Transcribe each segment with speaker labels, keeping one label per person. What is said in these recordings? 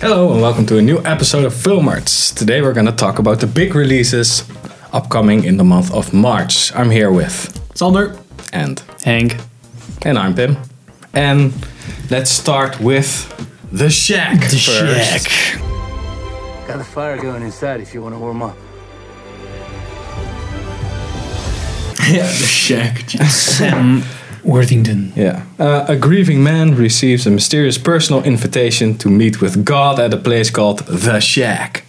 Speaker 1: Hello and welcome to a new episode of Film Arts. Today we're going to talk about the big releases upcoming in the month of March. I'm here with
Speaker 2: Sander.
Speaker 1: and
Speaker 2: Hank.
Speaker 1: and I'm Pim. And let's start with The Shack the first.
Speaker 3: Got a fire going inside if you want to warm up.
Speaker 2: yeah, the shack. Sam Worthington.
Speaker 1: Yeah. Uh, a grieving man receives a mysterious personal invitation to meet with God at a place called The Shack.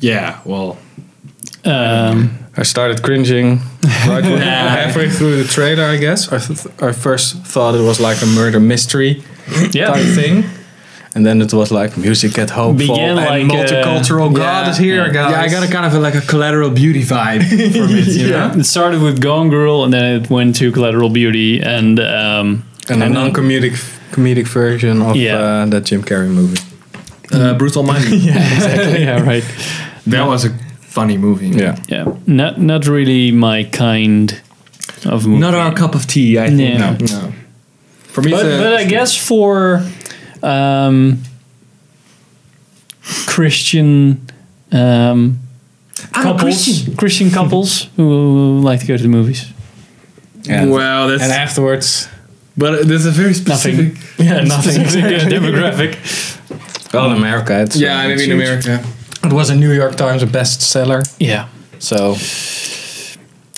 Speaker 4: Yeah, well,
Speaker 2: Um,
Speaker 1: I started cringing right when- halfway through the trailer, I guess. I, th- I first thought it was like a murder mystery type
Speaker 2: yeah.
Speaker 1: thing. And then it was like music at home and
Speaker 2: Began like,
Speaker 1: multicultural
Speaker 2: uh,
Speaker 1: God
Speaker 2: yeah,
Speaker 1: is here,
Speaker 2: yeah.
Speaker 1: guys.
Speaker 4: yeah, I got a kind of a, like a collateral beauty vibe from it, you know?
Speaker 2: It started with Gone Girl and then it went to Collateral Beauty and um,
Speaker 1: and a non-comedic comedic version of
Speaker 2: Yeah.
Speaker 1: uh, that Jim Carrey movie.
Speaker 4: Uh, Brutal Mind.
Speaker 2: yeah, right.
Speaker 4: That was a funny movie.
Speaker 1: Yeah,
Speaker 2: Yeah, not not really my kind of movie.
Speaker 4: Not our cup of tea, I think.
Speaker 2: Yeah.
Speaker 4: No, no. For me,
Speaker 2: but,
Speaker 4: it's a-
Speaker 2: but I guess for um, Christian um,
Speaker 4: I'm a
Speaker 2: couples,
Speaker 4: Christian.
Speaker 2: Christian couples who like to go to the movies.
Speaker 1: and,
Speaker 4: Well, that's
Speaker 1: and afterwards,
Speaker 4: but there's a very specific.
Speaker 2: Nothing. Yeah, nothing. demographic.
Speaker 1: well, in America, it's
Speaker 4: Yeah,
Speaker 1: uh,
Speaker 4: I mean
Speaker 1: it's
Speaker 4: in
Speaker 1: huge.
Speaker 4: America.
Speaker 1: It was a New York Times bestseller,
Speaker 2: Yeah.
Speaker 1: so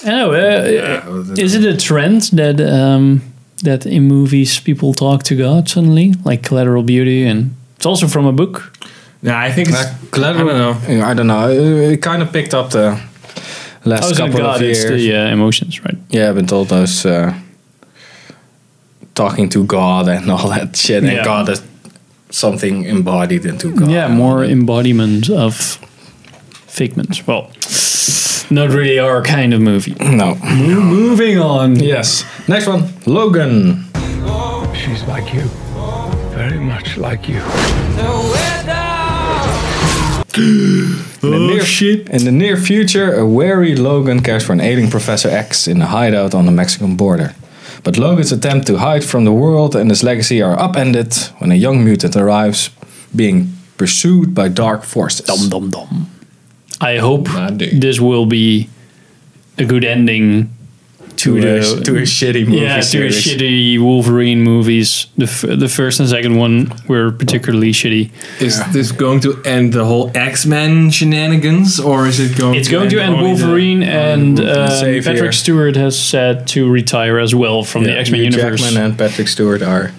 Speaker 2: I know. Uh, is it a trend that um, that in movies people talk to God suddenly, like Collateral Beauty, and it's also from a book.
Speaker 4: Yeah, I think it's.
Speaker 1: collateral. I don't know. I don't know. It, kind of picked up the last
Speaker 2: Oh, so
Speaker 1: couple
Speaker 2: God,
Speaker 1: of years.
Speaker 2: it's the uh, emotions, right?
Speaker 1: Yeah, I've been told those uh, talking to God and all that shit, and
Speaker 2: Yeah.
Speaker 1: God is something embodied into God.
Speaker 2: Yeah, more embodiment of figments. Well, not really our kind of movie.
Speaker 1: No.
Speaker 2: Moving on.
Speaker 1: Yes. Next one, Logan.
Speaker 3: She's like you. Very much like you.
Speaker 1: In the near,
Speaker 4: shit.
Speaker 1: In the near future, a wary Logan cares for an ailing Professor X in a hideout on the Mexican border. But Logan's attempt to hide from the world and his legacy are upended when a young mutant arrives, being pursued by dark forces.
Speaker 2: Dum dum dum. I hope
Speaker 1: Nah, dude.
Speaker 2: this will be a good ending to,
Speaker 1: To
Speaker 2: the
Speaker 1: a, to a shitty movie
Speaker 2: yeah, to
Speaker 1: series.
Speaker 2: shitty Wolverine movies. The f- the first and second one were particularly shitty.
Speaker 4: Is this going to end the whole X-Men shenanigans, or is it going?
Speaker 2: It's going to end
Speaker 4: only the-
Speaker 2: Wolverine, and
Speaker 1: the
Speaker 2: um,
Speaker 1: savior.
Speaker 2: Patrick Stewart has said to retire as well from the
Speaker 1: Yeah,
Speaker 2: X Men
Speaker 1: Hugh
Speaker 2: universe.
Speaker 1: Jackman and Patrick Stewart are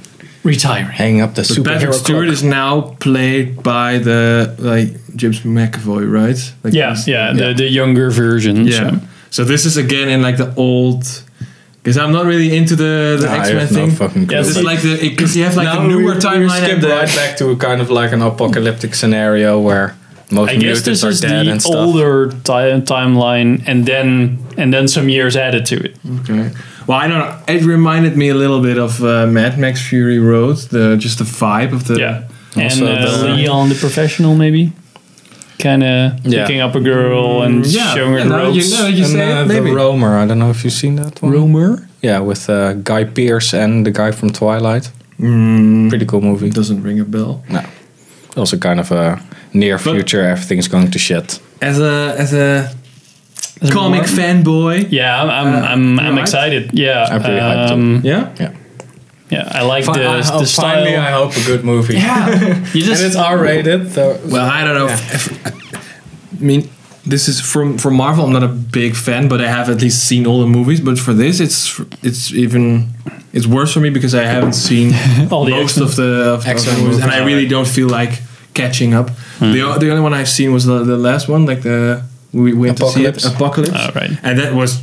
Speaker 2: Retiring.
Speaker 1: hanging up the
Speaker 4: But
Speaker 1: superhero
Speaker 4: Patrick Stewart
Speaker 1: clock.
Speaker 4: is now played by the like James McAvoy, right? Like
Speaker 2: Yeah,
Speaker 4: he's-
Speaker 2: yeah, The, the younger version.
Speaker 4: yeah.
Speaker 2: so.
Speaker 4: So this is again in like the old, because I'm not really into the, the
Speaker 1: Nah, I
Speaker 4: X Men
Speaker 1: have no
Speaker 4: thing.
Speaker 1: fucking clue.
Speaker 2: Yeah,
Speaker 4: this is
Speaker 2: but-
Speaker 4: like the because you have like the newer timeline.
Speaker 1: skip
Speaker 4: and the-
Speaker 1: right back to kind of like an apocalyptic scenario where most
Speaker 2: I guess
Speaker 1: mutants
Speaker 2: this
Speaker 1: are
Speaker 2: is
Speaker 1: dead
Speaker 2: the
Speaker 1: and stuff.
Speaker 2: older ti- timeline, and then and then some years added to it.
Speaker 4: Okay. Well, I don't know. It reminded me a little bit of uh, Mad Max Fury Road. The just the vibe of the
Speaker 2: Yeah,
Speaker 1: Also
Speaker 2: and uh,
Speaker 1: the-
Speaker 2: Leon the professional maybe, kind of
Speaker 1: Yeah. Mm,
Speaker 2: picking up a girl and
Speaker 4: Yeah,
Speaker 2: showing her
Speaker 4: yeah, now you
Speaker 2: ropes.
Speaker 4: know, you
Speaker 1: and,
Speaker 4: say
Speaker 1: uh,
Speaker 4: it, maybe.
Speaker 1: the Roamer. I don't know if you've seen that one.
Speaker 2: Rumor.
Speaker 1: Yeah, with uh, Guy Pearce and the guy from Twilight. Pretty cool movie.
Speaker 4: It doesn't ring a bell.
Speaker 1: No. Also, kind of a near future. Everything's going to shit.
Speaker 4: As a as a comic
Speaker 2: fan.
Speaker 4: fanboy.
Speaker 2: Yeah, I'm I'm I'm,
Speaker 4: you're
Speaker 2: I'm
Speaker 4: hyped?
Speaker 2: excited. Yeah,
Speaker 1: Uh, I'm pretty hyped too.
Speaker 2: um,
Speaker 4: Yeah.
Speaker 1: Yeah.
Speaker 2: Yeah, I like the,
Speaker 1: I hope-
Speaker 2: the style.
Speaker 1: Finally, I hope a good movie.
Speaker 2: you
Speaker 1: And it's R rated.
Speaker 4: Well, I don't know. If, I mean, this is from from Marvel. I'm not a big fan, but I have at least seen all the movies. But for this, it's it's even it's worse for me because I haven't seen
Speaker 2: All the
Speaker 4: most
Speaker 2: X-Men.
Speaker 4: of the of, of the
Speaker 1: X-Men
Speaker 4: movies, and I
Speaker 1: movies.
Speaker 4: really don't feel like catching up.
Speaker 2: Hmm.
Speaker 4: The o- the only one I've seen was the, the last one, like the we went to see
Speaker 1: Apocalypse.
Speaker 4: it, Apocalypse,
Speaker 2: Oh, right.
Speaker 4: and that was.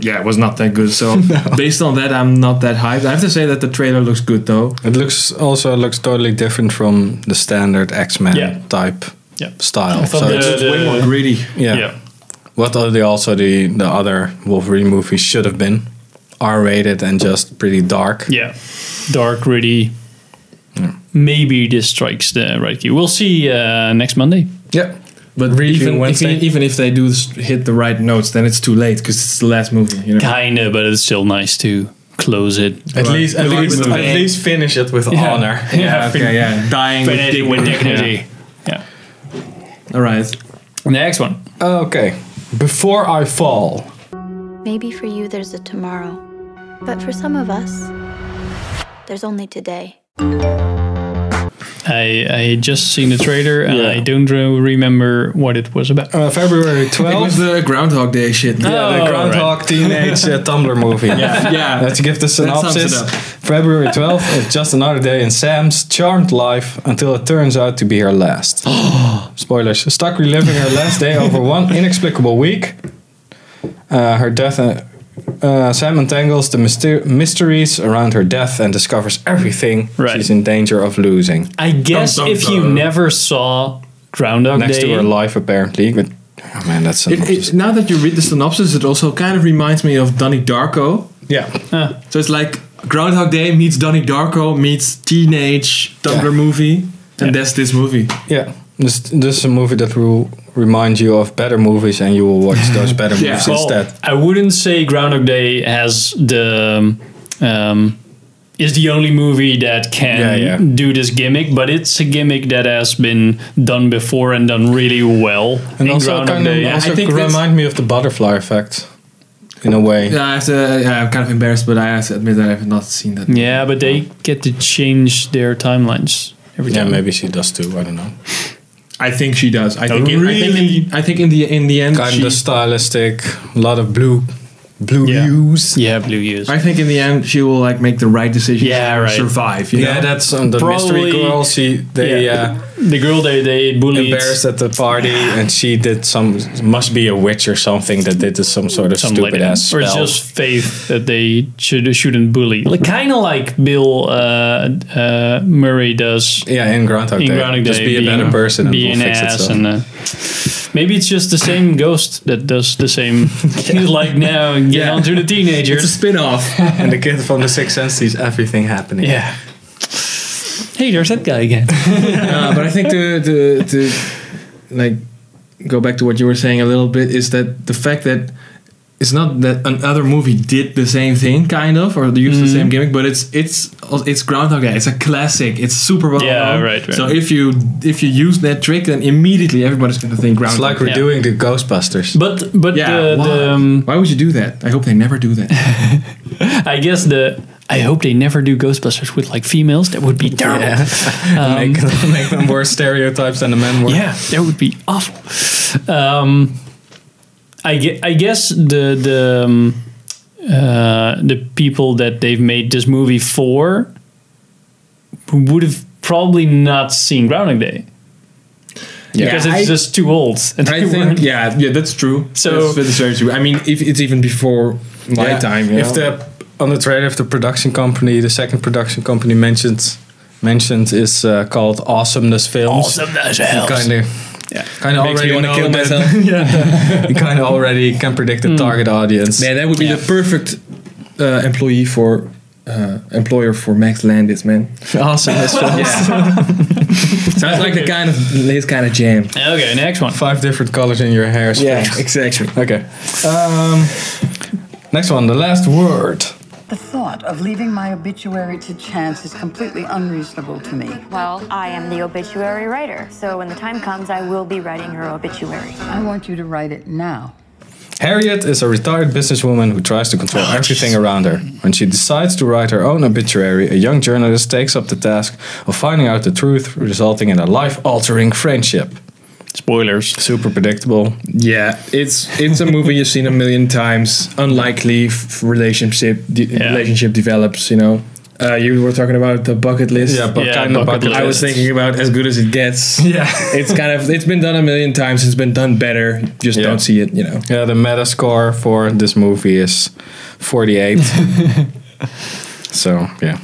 Speaker 4: Yeah, it was not that good. So based on that, I'm not that hyped. I have to say that the trailer looks good though.
Speaker 1: It looks also looks totally different from the standard X Men
Speaker 2: Yeah.
Speaker 1: type
Speaker 2: Yeah.
Speaker 1: style.
Speaker 2: I thought
Speaker 1: So
Speaker 2: the-
Speaker 1: it's,
Speaker 4: It's way more gritty.
Speaker 1: yeah. What are the also the the other Wolverine movies should have been R rated and just pretty dark.
Speaker 2: yeah, dark, gritty. Maybe this strikes the right key. We'll see uh, next Monday.
Speaker 1: Yeah.
Speaker 4: But
Speaker 1: Review
Speaker 4: even, if,
Speaker 1: Wednesday.
Speaker 4: even if they do s- hit the right notes, then it's too late because it's the last movie. You know?
Speaker 2: Kinda, but it's still nice to close it.
Speaker 1: At
Speaker 4: Right.
Speaker 1: least, at
Speaker 4: Like
Speaker 1: least,
Speaker 4: with the
Speaker 1: at
Speaker 4: vein.
Speaker 1: least finish it with
Speaker 2: Yeah.
Speaker 1: honor.
Speaker 2: Yeah,
Speaker 4: okay, yeah. Dying with
Speaker 2: Finish with
Speaker 4: dignity.
Speaker 2: dignity. Yeah.
Speaker 4: Yeah. All right.
Speaker 2: And the next one.
Speaker 1: Okay. Before I fall.
Speaker 5: Maybe for you there's a tomorrow, but for some of us, there's only today.
Speaker 2: I I just seen the trailer and
Speaker 1: Yeah.
Speaker 2: I don't re- remember what it was about.
Speaker 1: Uh, February
Speaker 4: It was
Speaker 1: 12th.
Speaker 4: the Groundhog Day shit.
Speaker 1: Yeah, the
Speaker 2: Oh,
Speaker 1: Groundhog Teenage uh, Tumblr movie.
Speaker 4: Yeah. yeah.
Speaker 1: Let's give the
Speaker 4: sums it
Speaker 1: synopsis.
Speaker 4: up.
Speaker 1: February 12th is just another day in Sam's charmed life until it turns out to be her last. Spoilers. Stuck reliving her last day over one inexplicable week. Uh, her death. Uh, uh, Sam entangles the myster- mysteries around her death and discovers everything
Speaker 2: Right.
Speaker 1: she's in danger of losing.
Speaker 2: I guess
Speaker 4: Dum, dum,
Speaker 2: if you
Speaker 4: dum.
Speaker 2: never saw Groundhog
Speaker 1: uh, Next
Speaker 2: Day,
Speaker 1: to her life, apparently. But, oh man, that's
Speaker 4: It, it, now that you read the synopsis, it also kind of reminds me of Donnie Darko.
Speaker 1: yeah.
Speaker 4: So it's like Groundhog Day meets Donnie Darko meets teenage Tumblr
Speaker 1: Yeah.
Speaker 4: movie, and
Speaker 2: Yeah.
Speaker 4: that's this movie.
Speaker 1: Yeah, this this is a movie that will remind you of better movies, and you will watch those better
Speaker 4: Yeah.
Speaker 1: movies
Speaker 4: Well,
Speaker 1: instead.
Speaker 2: I wouldn't say Groundhog Day has the um, is the only movie that can
Speaker 1: Yeah, yeah.
Speaker 2: do this gimmick, but it's a gimmick that has been done before and done really well.
Speaker 1: And
Speaker 2: in
Speaker 1: also,
Speaker 2: Groundhog
Speaker 1: kind of,
Speaker 2: Day.
Speaker 4: yeah,
Speaker 1: also
Speaker 4: I think that's-
Speaker 1: remind me of the butterfly effect, in a way.
Speaker 4: Yeah, I have to, yeah, I'm kind of embarrassed, but I have to admit that I have not seen that.
Speaker 2: yeah, but they get to change their timelines every
Speaker 1: Yeah,
Speaker 2: time.
Speaker 1: maybe she does too. I don't know.
Speaker 4: I think she does. I think. In, I think
Speaker 2: really?
Speaker 4: in the, I think in the in the end,
Speaker 1: Kind
Speaker 4: she,
Speaker 1: of stylistic, a lot of blue, blue
Speaker 2: Yeah.
Speaker 1: hues.
Speaker 2: Yeah, Blue Years.
Speaker 4: I think in the end, she will like make the right decision.
Speaker 2: Yeah,
Speaker 4: to
Speaker 2: right.
Speaker 4: Survive. You
Speaker 1: Yeah,
Speaker 4: know?
Speaker 1: that's um, the mystery
Speaker 2: Probably-
Speaker 1: girl. She they
Speaker 2: Yeah.
Speaker 1: uh,
Speaker 2: the girl they they bullied
Speaker 1: embarrassed at the party, and she did some must be a witch or something that did some sort of
Speaker 2: some
Speaker 1: stupid
Speaker 2: lady,
Speaker 1: ass
Speaker 2: or
Speaker 1: spell.
Speaker 2: just faith that they should shouldn't bully, like kind of like Bill uh, uh, Murray does
Speaker 1: yeah, in Groundhog
Speaker 2: in
Speaker 1: Day.
Speaker 2: Groundhog Day.
Speaker 1: just be a
Speaker 2: being-
Speaker 1: better person and
Speaker 2: be
Speaker 1: we'll
Speaker 2: an
Speaker 1: fix
Speaker 2: ass
Speaker 1: itself.
Speaker 2: and, uh, maybe it's just the same ghost that does the same. He's like, now get
Speaker 4: Yeah.
Speaker 2: on to the
Speaker 4: It's a
Speaker 2: teenagers.
Speaker 4: spin off.
Speaker 1: and the kid from the Sixth Sense sees everything happening.
Speaker 2: yeah. Hey, there's that guy again.
Speaker 4: Uh, but I think the the the like go back to what you were saying a little bit is that the fact that it's not that another movie did the same thing, kind of, or they used
Speaker 2: Mm-hmm.
Speaker 4: the same gimmick, but it's it's it's Groundhog Day. It's a classic. It's super well
Speaker 2: Yeah,
Speaker 4: known.
Speaker 2: right, right.
Speaker 4: So if you if you use that trick, then immediately everybody's going to think
Speaker 1: It's
Speaker 4: Groundhog.
Speaker 1: like we're
Speaker 2: Yeah.
Speaker 1: doing the Ghostbusters.
Speaker 2: But but
Speaker 4: yeah,
Speaker 2: the,
Speaker 4: why?
Speaker 2: the um,
Speaker 4: why would you do that? I hope they never do that.
Speaker 2: I guess the I hope they never do Ghostbusters with like females. That would be terrible.
Speaker 1: Yeah. make, make them worse stereotypes than the men were.
Speaker 2: Yeah, that would be awful. Um, I, ge- I guess the the um, uh, the people that they've made this movie for would have probably not seen Groundhog Day because
Speaker 4: Yeah,
Speaker 2: it's
Speaker 4: I-
Speaker 2: just too old. And
Speaker 4: I
Speaker 2: they
Speaker 4: think
Speaker 2: weren't-
Speaker 4: yeah, yeah, that's true.
Speaker 2: So-
Speaker 4: that's, that's very true. I mean, if it's even before my time, you know?
Speaker 1: If the on the trailer, if the production company, the second production company mentioned mentioned is uh, called Awesomeness Films.
Speaker 2: awesome as hell.
Speaker 1: Kind of.
Speaker 2: Yeah.
Speaker 1: Kind of
Speaker 4: Makes me
Speaker 1: already
Speaker 4: wanna
Speaker 1: know
Speaker 4: kill
Speaker 1: that-
Speaker 4: myself.
Speaker 1: yeah, you kind of already can predict the target audience.
Speaker 4: Yeah, that would be
Speaker 2: Yeah.
Speaker 4: the perfect uh, employee for uh, employer for Max Landis, man.
Speaker 1: Awesomeness Films.
Speaker 4: Sounds like the kind of his kind of jam.
Speaker 2: Okay, next one.
Speaker 1: Five different colors in your hair. is fixed.
Speaker 4: exactly.
Speaker 1: Okay. Um, next one. The last word.
Speaker 6: The thought of leaving my obituary to chance is completely unreasonable to me.
Speaker 7: Well, I am the obituary writer, so when the time comes, I will be writing her obituary.
Speaker 6: I want you to write it now.
Speaker 1: Harriet is a retired businesswoman who tries to control
Speaker 2: Oh,
Speaker 1: everything around her. When she decides to write her own obituary, a young journalist takes up the task of finding out the truth, resulting in a life altering friendship.
Speaker 2: Spoilers.
Speaker 1: Super predictable.
Speaker 4: Yeah, it's it's a movie you've seen a million times. Unlikely f- relationship de- relationship develops. You know, uh, you were talking about the bucket list.
Speaker 1: Yeah, bu-
Speaker 2: Yeah,
Speaker 1: kind of
Speaker 2: bucket
Speaker 1: bucket
Speaker 2: list.
Speaker 4: I was
Speaker 1: list.
Speaker 4: thinking about as good as it gets.
Speaker 1: Yeah.
Speaker 4: It's kind of it's been done a million times. It's been done better. Just
Speaker 1: Yeah.
Speaker 4: don't see it. You know.
Speaker 1: Yeah, the meta score for this movie is 48. so, yeah.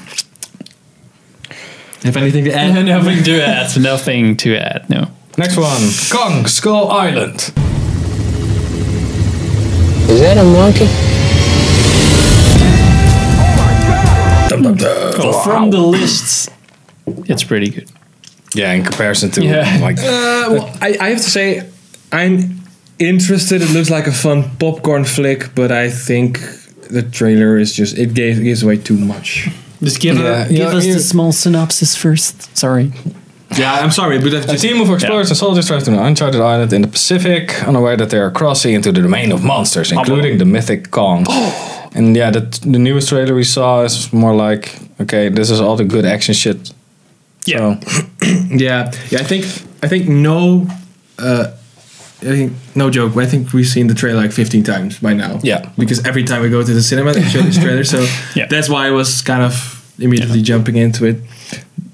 Speaker 4: Have anything eh, to add?
Speaker 2: nothing to add. Nothing to add. No.
Speaker 1: Next one Kong Skull Island.
Speaker 8: Is that a monkey?
Speaker 2: From the lists, it's pretty good.
Speaker 1: Yeah, in comparison to
Speaker 2: Yeah.
Speaker 1: like.
Speaker 4: Uh, well, I, I have to say, I'm interested. It looks like a fun popcorn flick, but I think the trailer is just it gave, gives away too much.
Speaker 2: Just give,
Speaker 1: Yeah,
Speaker 4: Uh,
Speaker 2: give
Speaker 1: you know,
Speaker 2: us
Speaker 1: you-
Speaker 2: the small synopsis first. Sorry.
Speaker 4: Yeah, I'm sorry, but I've
Speaker 1: A
Speaker 4: just
Speaker 1: team of explorers and soldiers travels to an uncharted island in the Pacific, unaware that they are crossing into the domain of monsters, including the mythic Kong.
Speaker 2: Oh.
Speaker 1: and yeah, the, the newest trailer we saw is more like, okay, this is all the good action shit.
Speaker 2: Yeah.
Speaker 1: So,
Speaker 4: yeah yeah. I think I think no, uh, I think no joke. I think we've seen the trailer like 15 times by now.
Speaker 1: Yeah.
Speaker 4: because every time we go to the cinema, they show this trailer. So
Speaker 2: Yeah.
Speaker 4: that's why I was kind of immediately jumping into it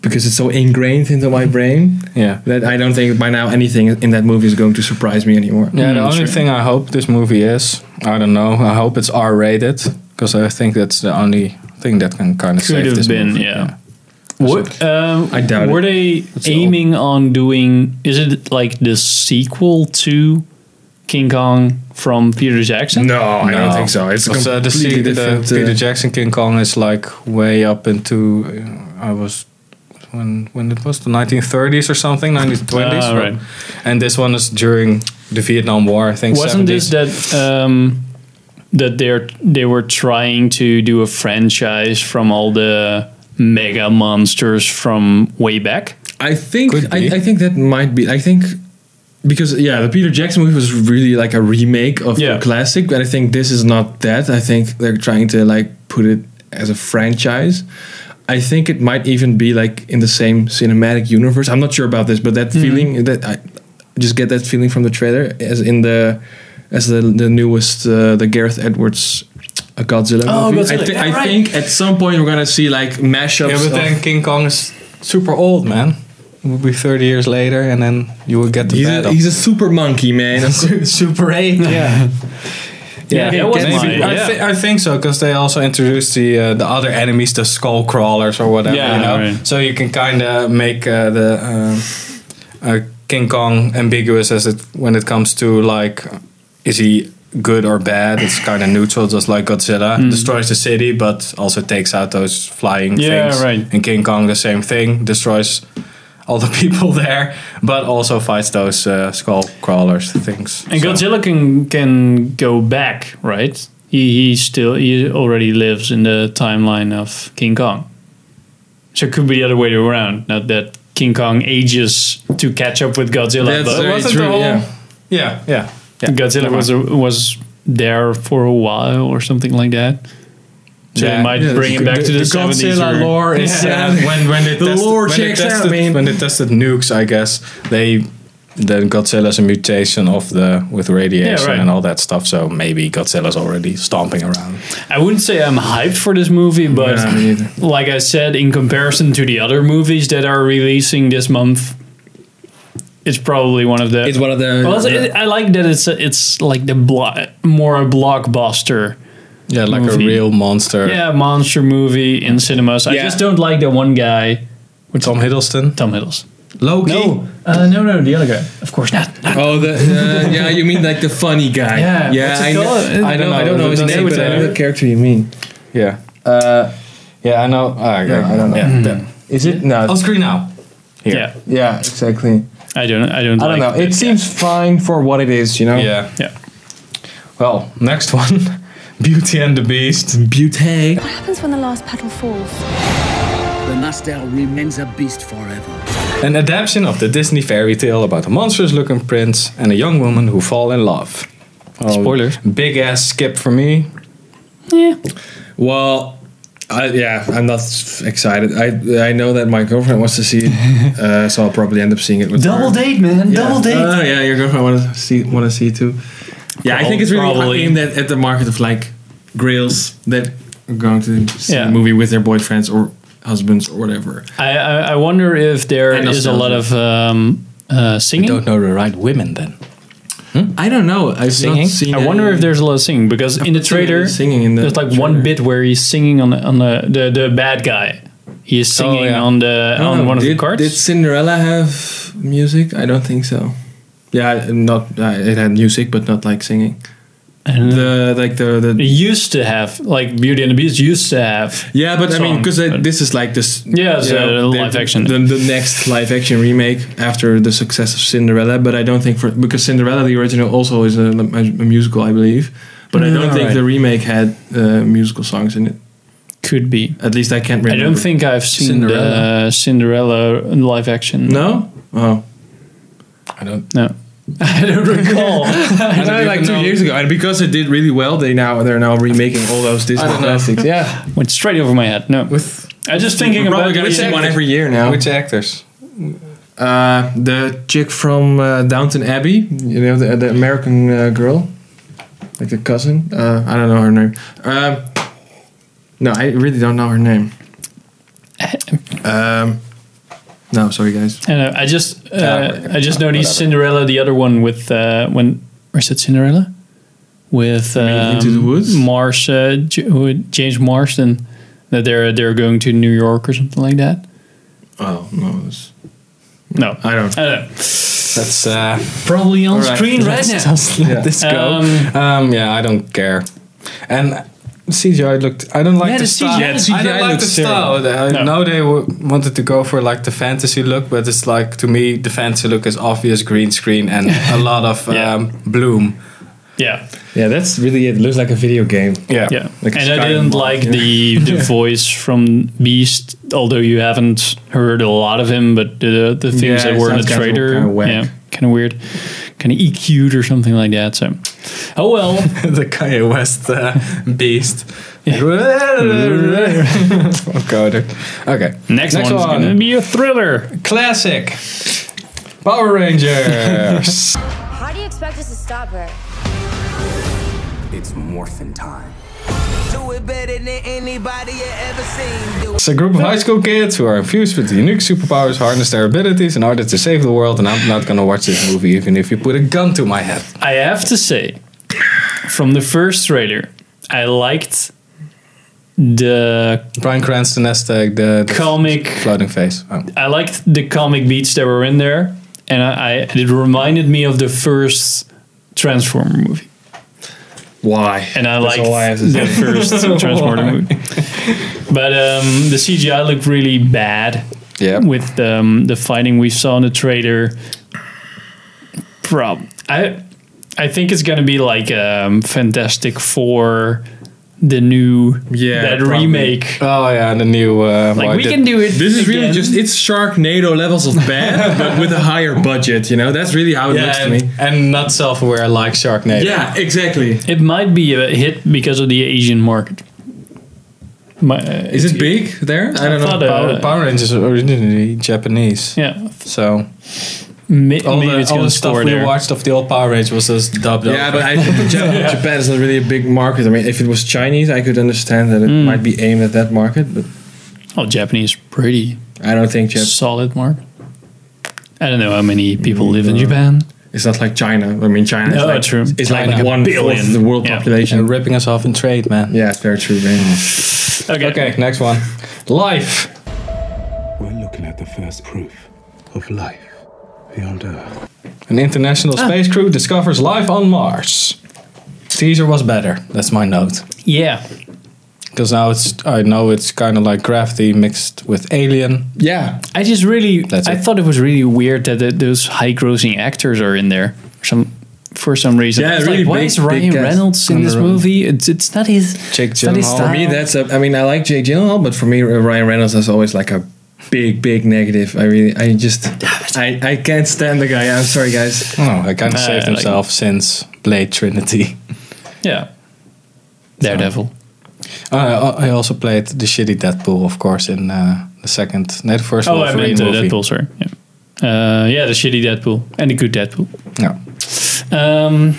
Speaker 4: because it's so ingrained into my brain
Speaker 1: yeah.
Speaker 4: that I don't think by now anything in that movie is going to surprise me anymore.
Speaker 1: Yeah, the
Speaker 2: Mm,
Speaker 1: only
Speaker 2: sure.
Speaker 1: thing I hope this movie is, I don't know, I hope it's R rated, because I think that's the only thing that can kind of
Speaker 2: Could
Speaker 1: save
Speaker 2: have
Speaker 1: this
Speaker 2: been,
Speaker 1: movie.
Speaker 2: yeah. What, um,
Speaker 4: I doubt
Speaker 2: were
Speaker 4: it.
Speaker 2: they aiming on doing? Is it like the sequel to King Kong from Peter Jackson?
Speaker 4: No, Oh, I don't think so. It's
Speaker 1: Because, uh, the,
Speaker 4: completely
Speaker 1: se- the
Speaker 4: different. uh,
Speaker 1: Peter Jackson King Kong is like way up into. uh, I was when when it was the 1930s or something, 1920s,
Speaker 2: Ah, right.
Speaker 1: and this one is during the Vietnam War. I think
Speaker 2: Wasn't
Speaker 1: 70s.
Speaker 2: this that um, that they're they were trying to do a franchise from all the mega monsters from way back?
Speaker 4: I think
Speaker 1: Could
Speaker 4: I,
Speaker 1: be.
Speaker 4: I think that might be. I think because yeah, the Peter Jackson movie was really like a remake of
Speaker 2: Yeah.
Speaker 4: a classic, but I think this is not that. I think they're trying to like put it as a franchise. I think it might even be like in the same cinematic universe. I'm not sure about this, but that feeling that I just get that feeling from the trailer as in the as the the newest uh, the Gareth Edwards uh, Godzilla
Speaker 2: Oh,
Speaker 4: movie. I,
Speaker 2: Godzilla,
Speaker 4: thi-
Speaker 2: yeah,
Speaker 4: I
Speaker 2: right.
Speaker 4: think at some point we're gonna see like mashups.
Speaker 1: yeah, but
Speaker 4: of-
Speaker 1: then King Kong is super old, man. It would be 30 years later, and then you would get the
Speaker 4: He's
Speaker 1: bad
Speaker 4: a,
Speaker 1: of-
Speaker 4: he's a super monkey, man.
Speaker 1: Super eight. Yeah.
Speaker 2: Yeah, that was mine,
Speaker 1: I,
Speaker 2: yeah.
Speaker 1: thi- I think so because they also introduced the uh, the other enemies, the skull crawlers or whatever.
Speaker 2: Yeah,
Speaker 1: you know?
Speaker 2: right.
Speaker 1: So you can kind of make uh, the um uh, King Kong ambiguous as it when it comes to like, is he good or bad? It's kind of neutral, just like Godzilla destroys the city, but also takes out those flying
Speaker 2: Hmm. Yeah,
Speaker 1: things.
Speaker 2: right.
Speaker 1: And King Kong the same thing destroys. All the people there, but also fights those uh, skull crawlers things.
Speaker 2: And
Speaker 1: So-
Speaker 2: Godzilla can can go back, right? He he still he already lives in the timeline of King Kong. So it could be the other way around. Not that King Kong ages to catch up with Godzilla,
Speaker 4: That's
Speaker 2: but
Speaker 4: very
Speaker 1: wasn't the
Speaker 4: true.
Speaker 1: whole-
Speaker 4: yeah.
Speaker 1: Yeah, yeah. yeah.
Speaker 2: Godzilla
Speaker 1: Never
Speaker 2: was
Speaker 1: mind.
Speaker 2: was there for a while or something like that. So
Speaker 1: Yeah.
Speaker 2: they might
Speaker 4: Yeah,
Speaker 2: bring
Speaker 4: the-
Speaker 2: him back
Speaker 4: the-
Speaker 2: to the,
Speaker 4: the
Speaker 2: 70s.
Speaker 4: Godzilla
Speaker 2: or-
Speaker 4: lore is,
Speaker 2: Yeah.
Speaker 4: uh,
Speaker 1: when when they
Speaker 4: The
Speaker 1: tested,
Speaker 4: lore
Speaker 1: when they
Speaker 4: checks out,
Speaker 1: tested,
Speaker 4: man.
Speaker 1: when they tested nukes, I guess they then Godzilla's a mutation of the with radiation
Speaker 2: Yeah, right.
Speaker 1: and all that stuff. So maybe Godzilla's already stomping around.
Speaker 2: I wouldn't say I'm hyped for this movie, but
Speaker 4: Yeah, me neither.
Speaker 2: like I said, in comparison to the other movies that are releasing this month, it's probably one of the.
Speaker 4: It's one of the.
Speaker 2: Well, it's- it- I like that it's a, it's like the blo- more a blockbuster,
Speaker 1: Yeah, like
Speaker 2: Movie.
Speaker 1: a real monster.
Speaker 2: yeah, monster movie in cinemas. I
Speaker 4: Yeah.
Speaker 2: just don't like that one guy,
Speaker 1: Tom Hiddleston.
Speaker 2: Tom Hiddleston.
Speaker 4: Loki.
Speaker 2: uh, no, no, the other guy. Of course not.
Speaker 4: Oh, the uh, yeah. You mean like the funny guy?
Speaker 2: Yeah,
Speaker 4: yeah.
Speaker 2: what's it
Speaker 4: I, know,
Speaker 2: called?
Speaker 4: I know. I don't know his
Speaker 1: Doesn't
Speaker 4: name,
Speaker 1: say
Speaker 4: but I know
Speaker 1: whatever.
Speaker 4: the character you mean.
Speaker 1: Yeah.
Speaker 4: Uh,
Speaker 1: Yeah, I know. Ah, I,
Speaker 4: I don't know. is it no?
Speaker 1: On screen now. Here.
Speaker 2: Yeah,
Speaker 4: Yeah, exactly.
Speaker 2: I don't. I don't.
Speaker 4: I don't
Speaker 2: like
Speaker 4: know.
Speaker 2: that
Speaker 4: It
Speaker 2: guy.
Speaker 4: seems fine for what it is, you know.
Speaker 1: Yeah.
Speaker 2: Yeah.
Speaker 1: Well, next one, Beauty and the Beast.
Speaker 4: Beauty.
Speaker 7: What happens when the last petal falls?
Speaker 8: The Nastel remains a beast forever.
Speaker 1: An adaptation of the Disney fairy tale about a monstrous looking prince and a young woman who fall in love.
Speaker 2: Oh. Spoilers.
Speaker 1: Big ass skip for me.
Speaker 4: Well, I, yeah, I'm not excited. I I know that my girlfriend wants to see it, uh, so I'll probably end up seeing it with her.
Speaker 2: date, man.
Speaker 4: Yeah. Oh yeah, your girlfriend want to see want to see it too. Yeah, I think it's really
Speaker 2: Probably.
Speaker 4: aimed at, at the market of like grills that are going to see
Speaker 2: Yeah.
Speaker 4: a movie with their boyfriends or husbands or whatever.
Speaker 2: I, I I wonder if there
Speaker 4: And
Speaker 2: is a lot of um, uh, singing.
Speaker 1: know the right women then.
Speaker 4: I don't know. I've
Speaker 1: Singing?
Speaker 4: not seen.
Speaker 2: I wonder if there's a lot of singing because in the
Speaker 4: not seen any
Speaker 2: trailer,
Speaker 4: singing in the
Speaker 2: there's like one
Speaker 4: trailer.
Speaker 2: bit where he's singing on the, on the the, the bad guy. He is
Speaker 4: Oh,
Speaker 2: singing
Speaker 1: yeah.
Speaker 2: on the on one of
Speaker 4: did,
Speaker 2: the cards.
Speaker 4: Did Cinderella have music? I don't think so. Yeah, not uh, it had music, but not like singing.
Speaker 2: and
Speaker 4: The like the the
Speaker 2: it used to have like Beauty and the Beast used to have.
Speaker 4: Yeah, but I mean,
Speaker 2: song,
Speaker 4: because
Speaker 2: but-
Speaker 4: this is like this.
Speaker 2: Yeah, it's,
Speaker 4: you
Speaker 2: uh,
Speaker 4: the-
Speaker 2: live action.
Speaker 4: The, the next live action remake after the success of Cinderella, but I don't think for because Cinderella the original also is a, a musical, I believe. But I don't think
Speaker 2: Alright.
Speaker 4: the remake had uh, musical songs in it.
Speaker 2: Could be.
Speaker 4: At least I can't
Speaker 2: I
Speaker 4: remember.
Speaker 2: don't think I've seen Cinderella.
Speaker 4: Cinderella.
Speaker 2: the Cinderella live action.
Speaker 4: No. Oh.
Speaker 1: I don't.
Speaker 2: No. I don't recall.
Speaker 4: I know, like two years ago, and because it did really well, they now they're now remaking all those Disney classics. Yeah,
Speaker 2: Went straight over my head. No.
Speaker 1: With
Speaker 2: I was just thinking
Speaker 4: we're
Speaker 2: about
Speaker 4: probably gonna
Speaker 2: the-
Speaker 4: see one every year now.
Speaker 1: which actors?
Speaker 4: Uh, the chick from uh, Downton Abbey, you know, the, the American uh, girl, like the cousin. Uh, I don't know her name. Um, no, I really don't know her name. Um, no, sorry guys.
Speaker 2: I know. I just uh,
Speaker 1: Yeah, we're gonna-
Speaker 2: I just noticed
Speaker 1: whatever.
Speaker 2: Cinderella, the other one with uh, when or is it Cinderella with um,
Speaker 4: Into the Woods?
Speaker 2: Marsh, uh, J- who- James Marston that they're they're going to New York or something like that.
Speaker 4: Oh no, it's,
Speaker 2: No,
Speaker 4: I don't.
Speaker 2: I don't know.
Speaker 1: That's uh,
Speaker 2: probably on
Speaker 1: Alright,
Speaker 2: screen right
Speaker 1: let's
Speaker 2: now.
Speaker 1: Just let
Speaker 4: Yeah.
Speaker 1: this go. Um, yeah, I don't care. And CGI looked. I don't like
Speaker 2: Yeah,
Speaker 1: the
Speaker 2: the
Speaker 1: style.
Speaker 2: CGI
Speaker 1: I don't
Speaker 4: looks
Speaker 1: like the
Speaker 4: terrible.
Speaker 1: style. I
Speaker 2: No.
Speaker 1: know they w- wanted to go for like the fantasy look, but it's like to me the fantasy look is obvious green screen and a lot of
Speaker 2: Yeah.
Speaker 1: um, bloom.
Speaker 2: Yeah,
Speaker 4: Yeah, that's really it. Looks like a video game.
Speaker 2: yeah.
Speaker 4: Like a
Speaker 2: and I
Speaker 4: Skyrim
Speaker 2: didn't
Speaker 4: mod,
Speaker 2: like
Speaker 4: yeah.
Speaker 2: the the voice from Beast, although you haven't heard a lot of him, but the the things that
Speaker 4: Yeah, it
Speaker 2: were in the
Speaker 4: sounds kinda-
Speaker 2: trailer,
Speaker 4: kinda whack.
Speaker 2: yeah, kind of weird, kind of EQ'd or something like that. So, oh well.
Speaker 1: the Kanye West uh, beast. oh god. Okay.
Speaker 2: Next, one's gonna be a thriller.
Speaker 1: classic. Power Rangers.
Speaker 7: How do you expect us to stop her?
Speaker 8: It's morphin' time.
Speaker 9: Do it better than anybody you ever seen. Do
Speaker 1: It's a group of high school kids who are infused with unique superpowers, harness their abilities in order to save the world, and I'm not gonna watch this movie even if you put a gun to my head.
Speaker 2: I have to say, from the first trailer, I liked the
Speaker 1: Brian Cranston as the, the, the
Speaker 2: comic.
Speaker 1: floating face. Oh.
Speaker 2: I liked the comic beats that were in there, and I, I it reminded me of the first Transformer movie,
Speaker 4: Why?
Speaker 2: and I
Speaker 4: That's
Speaker 2: liked
Speaker 4: all I have to
Speaker 2: the
Speaker 4: say.
Speaker 2: first Transformer movie. But um, the CGI looked really bad
Speaker 1: Yeah.
Speaker 2: with um, the fighting we saw in the trailer. Prob I I think it's gonna be like um, Fantastic Four, the new
Speaker 4: Yeah,
Speaker 2: that
Speaker 4: probably.
Speaker 2: remake.
Speaker 1: Oh yeah, the new. Uh,
Speaker 2: Like
Speaker 1: well,
Speaker 2: we
Speaker 1: the-
Speaker 2: can do it.
Speaker 4: This is really
Speaker 2: again.
Speaker 4: just it's Sharknado levels of bad, but with a higher budget. You know, that's really how it looks
Speaker 1: Yeah,
Speaker 4: to me.
Speaker 1: and, and not self-aware like Sharknado.
Speaker 4: Yeah, exactly.
Speaker 2: It might be a hit because of the Asian market. My, uh,
Speaker 4: Is it big there? I don't
Speaker 2: thought,
Speaker 4: know.
Speaker 1: Power,
Speaker 2: uh,
Speaker 1: Power Rangers are originally Japanese,
Speaker 2: yeah,
Speaker 1: so
Speaker 2: May,
Speaker 1: all
Speaker 2: maybe
Speaker 1: the,
Speaker 2: it's
Speaker 1: all
Speaker 2: gonna
Speaker 1: the stuff
Speaker 2: score
Speaker 1: we
Speaker 2: there.
Speaker 1: watched of the old Power Rangers was just dubbed
Speaker 4: Yeah,
Speaker 1: over.
Speaker 4: but I think Japan, Japan is not really a big market. I mean, if it was Chinese, I could understand that it
Speaker 2: Hmm.
Speaker 4: might be aimed at that market, but
Speaker 2: Oh, Japanese, pretty
Speaker 4: I don't think Jap-
Speaker 2: solid market. I don't know how many people live in Japan.
Speaker 4: it's not like China. I mean, China
Speaker 2: No,
Speaker 4: is like,
Speaker 2: Oh, true.
Speaker 4: It's
Speaker 1: China.
Speaker 4: like one billion
Speaker 2: Billion.
Speaker 4: of the world
Speaker 2: Yeah.
Speaker 1: They're
Speaker 4: population.
Speaker 1: ripping us off in trade, man.
Speaker 4: Yeah, it's very true. Man.
Speaker 2: Okay,
Speaker 1: Okay, next one. Life.
Speaker 9: We're looking at the first proof of life beyond Earth.
Speaker 1: An international
Speaker 2: Ah.
Speaker 1: space crew discovers life on Mars. Teaser was better. That's my note.
Speaker 2: yeah,
Speaker 1: Because now it's I know it's kind of like Gravity mixed with Alien.
Speaker 4: Yeah,
Speaker 2: I just really
Speaker 1: That's
Speaker 2: I
Speaker 1: it.
Speaker 2: thought it was really weird that the, those high grossing actors are in there. Some for some reason.
Speaker 4: Yeah,
Speaker 2: I was
Speaker 4: really
Speaker 2: like, why
Speaker 4: big-
Speaker 2: is Ryan
Speaker 4: big cast
Speaker 2: Reynolds in
Speaker 4: on
Speaker 2: this
Speaker 4: their own.
Speaker 2: movie? It's it's not his
Speaker 1: Jake
Speaker 2: it's not his
Speaker 1: Gyllenhaal.
Speaker 2: style.
Speaker 4: for me that's a. I mean, I like Jake Gyllenhaal, but for me, Ryan Reynolds is always like a big, big negative. I really, I just, I, I can't stand the guy. I'm sorry, guys.
Speaker 1: Oh, I kind of
Speaker 2: Uh,
Speaker 1: saved
Speaker 2: like-
Speaker 1: himself since Blade Trinity.
Speaker 2: yeah. Daredevil.
Speaker 1: Uh, I I also played the shitty Deadpool, of course, in uh, the second, no, the first
Speaker 2: Oh, I
Speaker 1: Wolverine
Speaker 2: meant uh,
Speaker 1: movie.
Speaker 2: Deadpool. Sorry. Yeah. Uh, yeah, the shitty Deadpool and the good Deadpool.
Speaker 1: No,
Speaker 2: Um,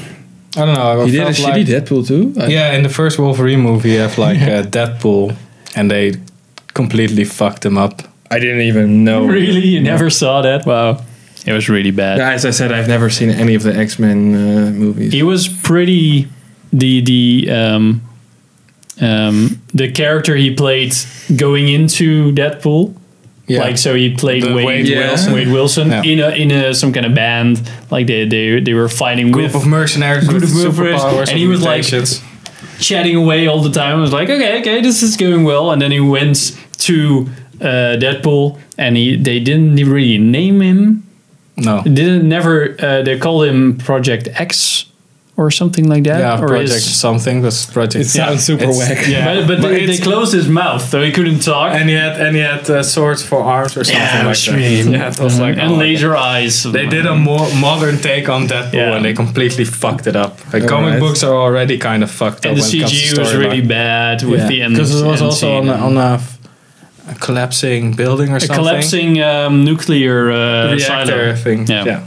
Speaker 1: I don't know. I
Speaker 4: He did a
Speaker 1: felt
Speaker 4: shitty
Speaker 1: like-
Speaker 4: Deadpool too. I-
Speaker 1: Yeah, in the first Wolverine movie, you have like uh, Deadpool, and they completely fucked him up.
Speaker 4: I didn't even know.
Speaker 2: really, you never saw that? Wow, it was really bad.
Speaker 4: Yeah, As I said, I've never seen any of the X Men uh, movies.
Speaker 2: He was pretty the the um, um, the character he played going into Deadpool.
Speaker 1: Yeah.
Speaker 2: Like so, he played
Speaker 1: The
Speaker 2: Wade,
Speaker 1: Wade
Speaker 2: Wilson,
Speaker 4: Wilson.
Speaker 2: Wade Wilson
Speaker 1: Yeah.
Speaker 2: in a in a some kind of band. Like they they, they were fighting
Speaker 1: Group
Speaker 2: with
Speaker 1: of mercenaries
Speaker 2: Group
Speaker 1: with
Speaker 2: of mercenaries,
Speaker 1: superpowers,
Speaker 2: and he was like-
Speaker 1: mutations.
Speaker 2: chatting away all the time. I was like, okay, okay, this is going well. And then he went to uh, Deadpool, and he they didn't really name him.
Speaker 1: no,
Speaker 2: Didn't never. Uh, they called him Project X or something like that.
Speaker 1: yeah,
Speaker 2: or
Speaker 1: project
Speaker 2: is-
Speaker 1: something. That's project.
Speaker 4: It sounds super
Speaker 1: it's-
Speaker 4: whack.
Speaker 2: Yeah, but, but, they, they
Speaker 1: it's-
Speaker 2: closed his mouth, so he couldn't talk.
Speaker 1: And he had and he had uh, swords for arms or something
Speaker 2: yeah, it
Speaker 1: like
Speaker 2: was
Speaker 1: that.
Speaker 2: really-
Speaker 1: Yeah, it was like
Speaker 2: and
Speaker 1: oh,
Speaker 2: laser eyes.
Speaker 1: They did a more modern take on Deadpool,
Speaker 2: Yeah.
Speaker 1: and they completely fucked it up. Like comic
Speaker 4: Alright.
Speaker 1: books are already kind of fucked
Speaker 2: And
Speaker 1: up.
Speaker 2: the
Speaker 1: when it comes
Speaker 2: CG
Speaker 1: to
Speaker 2: was
Speaker 1: storyline.
Speaker 2: really bad with the end.
Speaker 1: because it was
Speaker 2: end
Speaker 1: also on
Speaker 2: scene.
Speaker 1: a, on a, f- a collapsing building or
Speaker 2: a
Speaker 1: something.
Speaker 2: collapsing um, nuclear uh,
Speaker 1: reactor
Speaker 2: silo.
Speaker 1: thing.
Speaker 2: Yeah.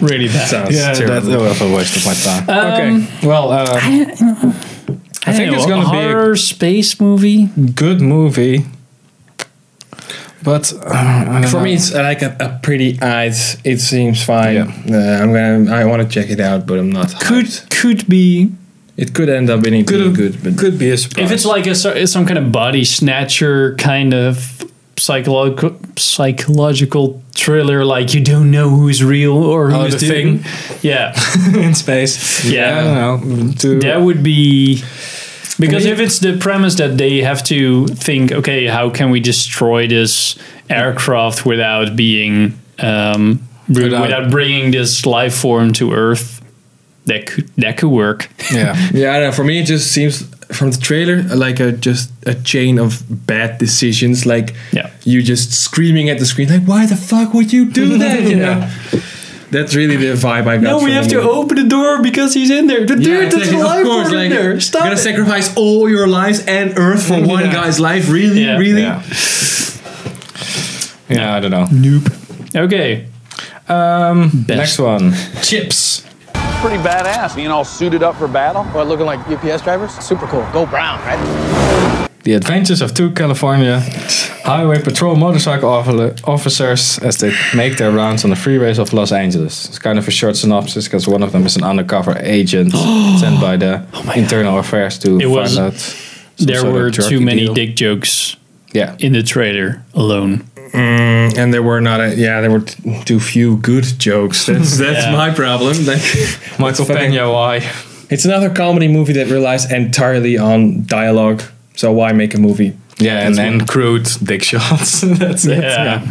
Speaker 2: Really bad.
Speaker 1: Sounds
Speaker 4: Yeah,
Speaker 1: terrible. that was a waste of my time.
Speaker 2: Um,
Speaker 1: okay, well, uh, I,
Speaker 2: I
Speaker 1: think
Speaker 2: don't
Speaker 1: it's
Speaker 2: know,
Speaker 1: gonna be a
Speaker 2: horror space movie.
Speaker 1: good movie, but uh, I don't
Speaker 4: For
Speaker 1: know.
Speaker 4: me, it's like a, a pretty. Uh, it's, it seems fine.
Speaker 1: Yeah.
Speaker 4: Uh, I'm gonna. I want to check it out, but I'm not.
Speaker 2: Could
Speaker 4: hyped.
Speaker 2: could be
Speaker 4: it could end up being
Speaker 1: could
Speaker 4: being good, but
Speaker 1: could be a surprise.
Speaker 2: if it's like a so- some kind of body snatcher kind of psychological psychological thriller like you don't know who's real or
Speaker 1: Oh,
Speaker 2: who's
Speaker 1: The
Speaker 2: doing- yeah
Speaker 1: in space,
Speaker 2: Uh, Yeah.
Speaker 1: I don't know. To,
Speaker 2: that would be because
Speaker 1: Can
Speaker 2: if it's the premise that they have to think okay how can we destroy this aircraft without being um without,
Speaker 1: Without-
Speaker 2: without bringing this life form to earth that could that could work
Speaker 1: yeah.
Speaker 4: Yeah, I don't know. For me, it just seems from the trailer like a just a chain of bad decisions. Like
Speaker 2: Yeah.
Speaker 4: you just screaming at the screen, like, "Why the fuck would you do that?" You
Speaker 1: Yeah.
Speaker 4: know. That's really the vibe I got.
Speaker 2: No, we
Speaker 4: from
Speaker 2: have
Speaker 4: the
Speaker 2: to
Speaker 4: movie.
Speaker 2: open the door because he's in there. The
Speaker 4: Yeah,
Speaker 2: dude that's
Speaker 4: exactly.
Speaker 2: alive
Speaker 4: of course,
Speaker 2: in
Speaker 4: like
Speaker 2: there.
Speaker 4: you're
Speaker 2: Stop
Speaker 4: gonna
Speaker 2: it.
Speaker 4: sacrifice all your lives and Earth for one
Speaker 1: Yeah.
Speaker 4: guy's life. Really,
Speaker 2: Yeah.
Speaker 4: really.
Speaker 1: Yeah. Yeah, I don't know.
Speaker 2: Nope. Okay.
Speaker 1: Um,
Speaker 2: Best.
Speaker 1: next one, chips.
Speaker 10: pretty badass being all suited up for battle. What, looking like UPS drivers? Super cool. Go brown, right?
Speaker 1: The Adventures of Two California Highway Patrol Motorcycle officer- Officers as they make their rounds on the freeways of Los Angeles. It's kind of a short synopsis because one of them is an undercover agent sent by the
Speaker 2: Oh
Speaker 1: internal affairs to
Speaker 2: It
Speaker 1: find
Speaker 2: was-
Speaker 1: out. some
Speaker 2: There
Speaker 1: sort of
Speaker 2: were
Speaker 1: jerky
Speaker 2: too many
Speaker 1: deal.
Speaker 2: dick jokes
Speaker 1: Yeah,
Speaker 2: in the trailer alone.
Speaker 4: And there were not. A, yeah, there were t- too few good jokes. That's that's
Speaker 2: Yeah.
Speaker 4: my problem. Like.
Speaker 1: Michael
Speaker 4: fucking-
Speaker 1: Pena. Why?
Speaker 4: It's another comedy movie that relies entirely on dialogue. So why make a movie?
Speaker 1: Yeah, and
Speaker 4: That's
Speaker 1: then crude dick shots. That's it.
Speaker 2: Yeah.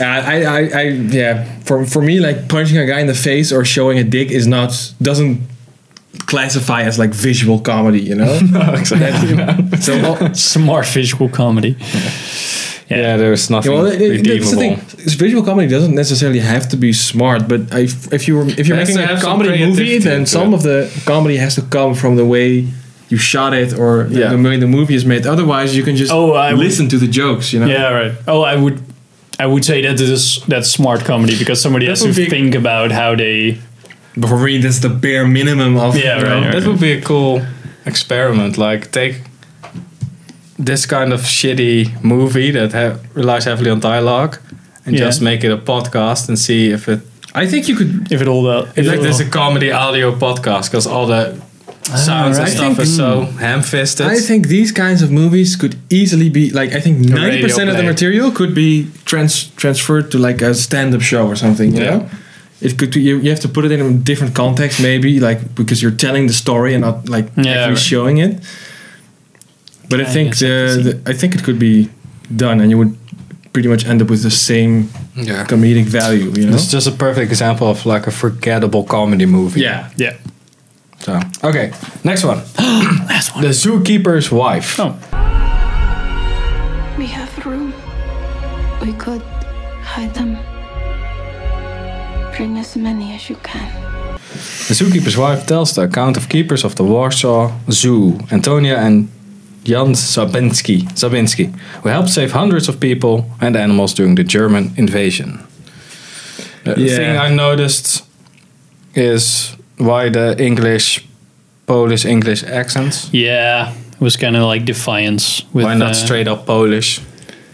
Speaker 4: Uh, I, I, I, yeah. For for me, like punching a guy in the face or showing a dick is not doesn't classify as like visual comedy. You know.
Speaker 1: exactly.
Speaker 4: That's- so well,
Speaker 2: Smart visual comedy.
Speaker 1: Yeah, there's
Speaker 4: yeah,
Speaker 1: nothing
Speaker 4: well, it- it- that's the
Speaker 1: redeemable.
Speaker 4: thing. It's Visual comedy doesn't necessarily have to be smart, but I, if you're if you're
Speaker 1: It has
Speaker 4: making
Speaker 1: to
Speaker 4: a
Speaker 1: have some
Speaker 4: comedy movie,
Speaker 1: creativity
Speaker 4: then
Speaker 1: into
Speaker 4: some
Speaker 1: it.
Speaker 4: of the comedy has to come from the way. You shot it, or the-
Speaker 1: Yeah.
Speaker 4: the way the movie is made. Otherwise, you can just
Speaker 2: Oh, I would-
Speaker 4: listen to the jokes. You know,
Speaker 2: Yeah, right. Oh, I would I would say that is that's smart comedy because somebody has to
Speaker 1: would be-
Speaker 2: think about how they
Speaker 4: But for me, that's the bare minimum of.
Speaker 2: Yeah,
Speaker 4: you
Speaker 2: right,
Speaker 4: know,
Speaker 2: right.
Speaker 1: That would be a cool experiment. Like take this kind of shitty movie that ha- relies heavily on dialogue, and
Speaker 2: Yeah.
Speaker 1: just make it a podcast and see if it
Speaker 4: I think you could.
Speaker 2: if it all uh, that
Speaker 1: if like there's a comedy audio podcast because all the sounds
Speaker 4: right.
Speaker 1: and
Speaker 4: I
Speaker 1: stuff
Speaker 4: think-
Speaker 1: is so ham-fisted.
Speaker 4: I think these kinds of movies could easily be like. I think ninety percent of the
Speaker 1: play.
Speaker 4: material could be trans transferred to like a stand-up show or something. You
Speaker 1: Yeah.
Speaker 4: know, it could. Be, you, you have to put it in a different context, maybe like because you're telling the story and not like
Speaker 2: Yeah,
Speaker 4: actually
Speaker 2: right.
Speaker 4: showing it. But I,
Speaker 2: I
Speaker 4: think
Speaker 2: guess I can see.
Speaker 4: the, the I think it could be done, and you would pretty much end up with the same
Speaker 1: yeah.
Speaker 4: comedic value. You know.
Speaker 1: It's just a perfect example of like a forgettable comedy movie.
Speaker 4: Yeah.
Speaker 2: yeah.
Speaker 1: So okay, next one.
Speaker 2: Last one.
Speaker 1: The Zookeeper's Wife.
Speaker 2: Oh.
Speaker 5: We have room. We could hide them. Bring as many as you can.
Speaker 1: The zookeeper's wife tells the account of keepers of the Warsaw Zoo, Antonia and Jan Zabinski, Zabinski, who helped save hundreds of people and animals during the German invasion. The
Speaker 4: Yeah.
Speaker 1: thing I noticed is why the English, Polish English accents.
Speaker 2: Yeah. It was kind of like defiance with
Speaker 1: Why not
Speaker 2: uh,
Speaker 1: straight up Polish?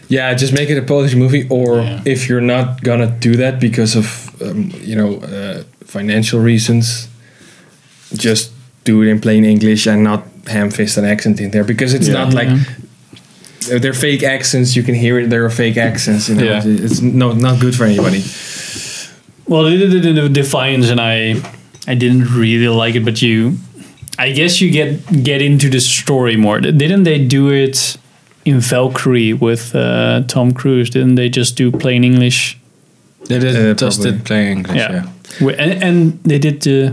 Speaker 4: Yeah, just make it a Polish movie, or
Speaker 2: Yeah.
Speaker 4: if you're not gonna do that because of um, you know uh, financial reasons, just do it in plain English and not ham-fist an accent in there because it's not like uh, they're fake accents. You can hear it; they're fake accents. You know,
Speaker 1: Yeah.
Speaker 4: it's no not good for anybody.
Speaker 2: Well, they did it in Defiance, and I, I didn't really like it. But you, I guess you get get into the story more. Didn't they do it in Valkyrie with uh, Tom Cruise? Didn't they just do plain English?
Speaker 1: They did
Speaker 4: Uh,
Speaker 1: just
Speaker 4: probably.
Speaker 1: did plain English. Yeah.
Speaker 2: Wi- And, and they did the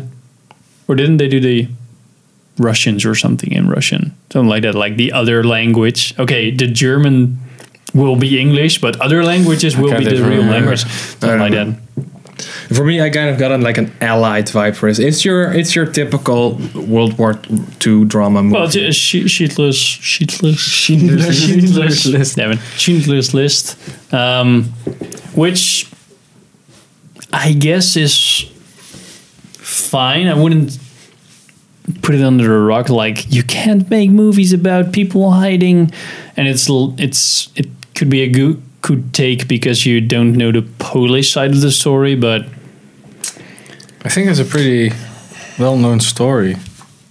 Speaker 2: or didn't they do the Russians or something in Russian, something like that, like the other language? Okay, the German will be English, but other languages will
Speaker 1: can't
Speaker 2: be the
Speaker 1: even
Speaker 2: real
Speaker 1: remember.
Speaker 2: language, something
Speaker 4: don't
Speaker 2: like
Speaker 4: know.
Speaker 2: that.
Speaker 4: For me, I kind of got on like an allied vibe for this. It's your it's your typical World War II drama movie.
Speaker 2: Well, it's a she- sheetless, sheetless,
Speaker 4: Schindler's-
Speaker 2: Schindler's list. Damn it, Schindler's list, um, which I guess is fine. I wouldn't put it under the rug. Like you can't make movies about people hiding, and it's l- it's it could be a good could take because you don't know the Polish side of the story, but
Speaker 1: I think it's a pretty well-known story.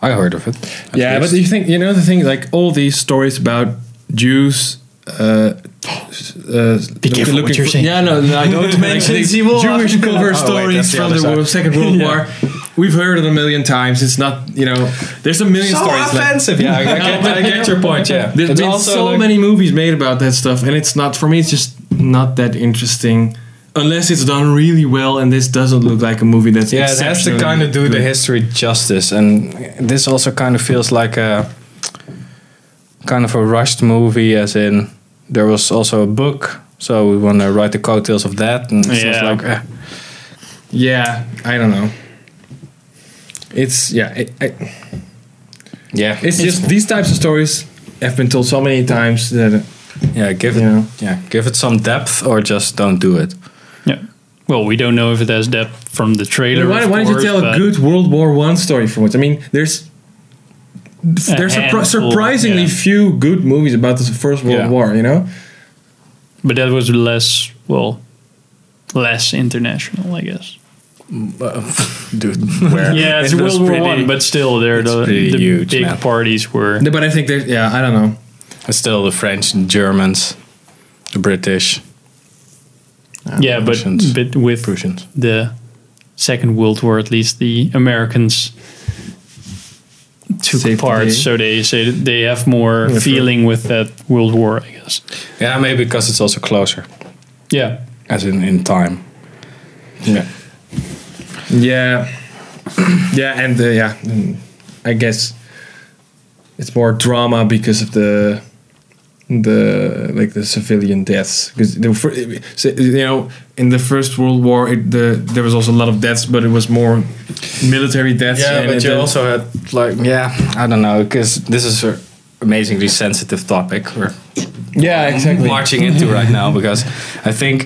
Speaker 1: I heard of it. at
Speaker 4: yeah, but
Speaker 1: least.
Speaker 4: you think you know the thing like all these stories about Jews. Uh, uh, Be
Speaker 2: careful what you're saying.
Speaker 4: Yeah, no, no I don't mention Jewish cover
Speaker 1: Oh, wait, that's
Speaker 4: stories
Speaker 1: the
Speaker 4: from
Speaker 1: other
Speaker 4: the
Speaker 1: side.
Speaker 4: World, Second World War. We've heard it a million times. It's not, you know, there's a million
Speaker 1: so
Speaker 4: stories. like-
Speaker 1: offensive. yeah, I get, I get your point. Yeah,
Speaker 4: There's
Speaker 1: It's
Speaker 4: been
Speaker 1: also
Speaker 4: so
Speaker 1: like-
Speaker 4: many movies made about that stuff, and it's not for me. It's just not that interesting, unless it's done really well. And this doesn't look like a movie that's
Speaker 1: Yeah, it has to
Speaker 4: exceptionally
Speaker 1: kind of do the
Speaker 4: good.
Speaker 1: history justice, and this also kind of feels like a kind of a rushed movie, as in there was also a book, so we want to write the coattails of that, and it's just
Speaker 2: Yeah.
Speaker 1: like eh.
Speaker 4: Yeah, I don't know. It's yeah, it, I,
Speaker 1: yeah,
Speaker 4: it's just these types of stories have been told so many times that
Speaker 1: yeah, give
Speaker 4: you know.
Speaker 1: it yeah, give it some depth, or just don't do it.
Speaker 2: yeah. Well, we don't know if it has depth from the trailer.
Speaker 4: why,
Speaker 2: of
Speaker 4: why don't you
Speaker 2: course,
Speaker 4: tell a
Speaker 2: but-
Speaker 4: good World War One story for once? I mean, there's there's surpri-
Speaker 2: handful,
Speaker 4: surprisingly
Speaker 2: yeah.
Speaker 4: few good movies about the First World
Speaker 1: Yeah.
Speaker 4: War. You know,
Speaker 2: but that was less well less international i guess
Speaker 1: Dude,
Speaker 2: yeah it's
Speaker 1: It was
Speaker 2: world war
Speaker 1: pretty-
Speaker 2: one but still they're
Speaker 1: it's
Speaker 2: the,
Speaker 1: pretty
Speaker 2: the
Speaker 1: huge,
Speaker 2: big
Speaker 1: man.
Speaker 2: parties were
Speaker 4: but I think there's yeah, I don't know.
Speaker 1: still the French and Germans, the British,
Speaker 2: yeah but,
Speaker 1: Russians.
Speaker 2: but with
Speaker 1: Prussians.
Speaker 2: the second world war at least the americans took
Speaker 4: Saved the
Speaker 2: part
Speaker 4: day.
Speaker 2: so they say that they have more
Speaker 4: right.
Speaker 2: feeling with that world war i guess
Speaker 1: Yeah, maybe because it's also closer,
Speaker 2: yeah
Speaker 1: as in in time. Yeah.
Speaker 4: Yeah, yeah, and uh, yeah, mm, I guess it's more drama because of the the like the civilian deaths because the fir- so, you know in the first world war it, the there was also a lot of deaths but it was more military deaths
Speaker 1: Yeah,
Speaker 4: and
Speaker 1: but
Speaker 4: it
Speaker 1: you
Speaker 4: then-
Speaker 1: also had like yeah, I don't know, because this is an amazingly sensitive topic we're
Speaker 4: yeah exactly
Speaker 1: marching into right now. Because I think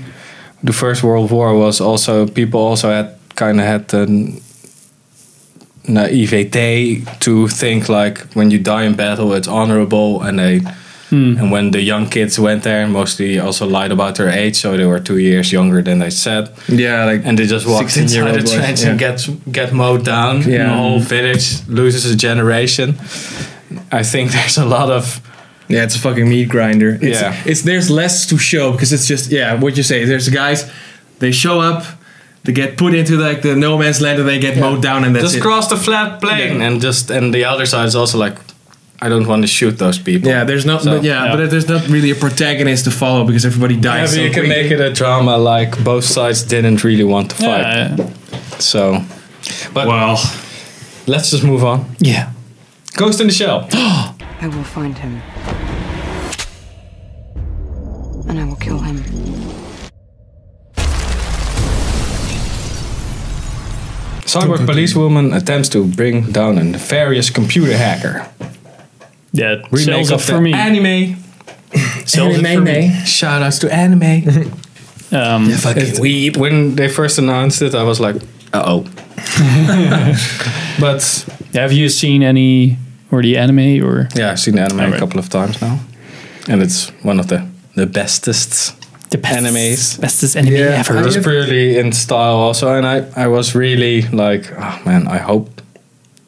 Speaker 1: the First World War was also people also had kind of had the naivete to think like when you die in battle it's honorable, and they and when the young kids went there, mostly also lied about their age, so they were two years younger than they said
Speaker 4: yeah like
Speaker 1: and they just walk
Speaker 4: 16 year
Speaker 1: inside
Speaker 4: old
Speaker 1: the
Speaker 4: boys,
Speaker 1: trench
Speaker 4: yeah.
Speaker 1: and get get mowed down.
Speaker 4: Yeah.
Speaker 1: The whole village loses a generation. I think there's a lot of
Speaker 4: Yeah, it's a fucking meat grinder. It's,
Speaker 1: Yeah.
Speaker 4: it's there's less to show because it's just yeah, what you say. There's guys, they show up, they get put into like the no man's land and they get mowed down and that's
Speaker 1: just
Speaker 4: it.
Speaker 1: cross the flat plain
Speaker 4: Yeah.
Speaker 1: and just and the other side is also like I don't want to shoot those people.
Speaker 4: yeah, there's not
Speaker 1: So-
Speaker 4: but yeah,
Speaker 2: yeah.
Speaker 4: but there's not really a protagonist to follow because everybody
Speaker 1: Maybe
Speaker 4: dies.
Speaker 1: you can
Speaker 4: so quickly.
Speaker 1: make it a drama like both sides didn't really want to fight.
Speaker 2: yeah I-
Speaker 1: So, but
Speaker 4: well.
Speaker 1: let's just move on.
Speaker 2: yeah
Speaker 1: Ghost in the Shell.
Speaker 6: I will find him. And I will kill him.
Speaker 1: Cyborg policewoman attempts to bring down a nefarious computer hacker.
Speaker 2: that
Speaker 1: Remake
Speaker 2: sells it
Speaker 1: of
Speaker 2: for
Speaker 1: the
Speaker 2: me
Speaker 1: anime.
Speaker 2: sells it for me
Speaker 1: Shout outs to anime.
Speaker 2: um
Speaker 1: It's- When they first announced it, I was like, uh oh. but
Speaker 2: have you seen any or the anime or
Speaker 1: yeah, I've seen the anime a
Speaker 2: Alright.
Speaker 1: couple of times now, and it's one of the the bestest.
Speaker 2: the best,
Speaker 1: Animes.
Speaker 2: bestest anime ever
Speaker 1: It was purely in style also, and I I was really like, oh man, I hope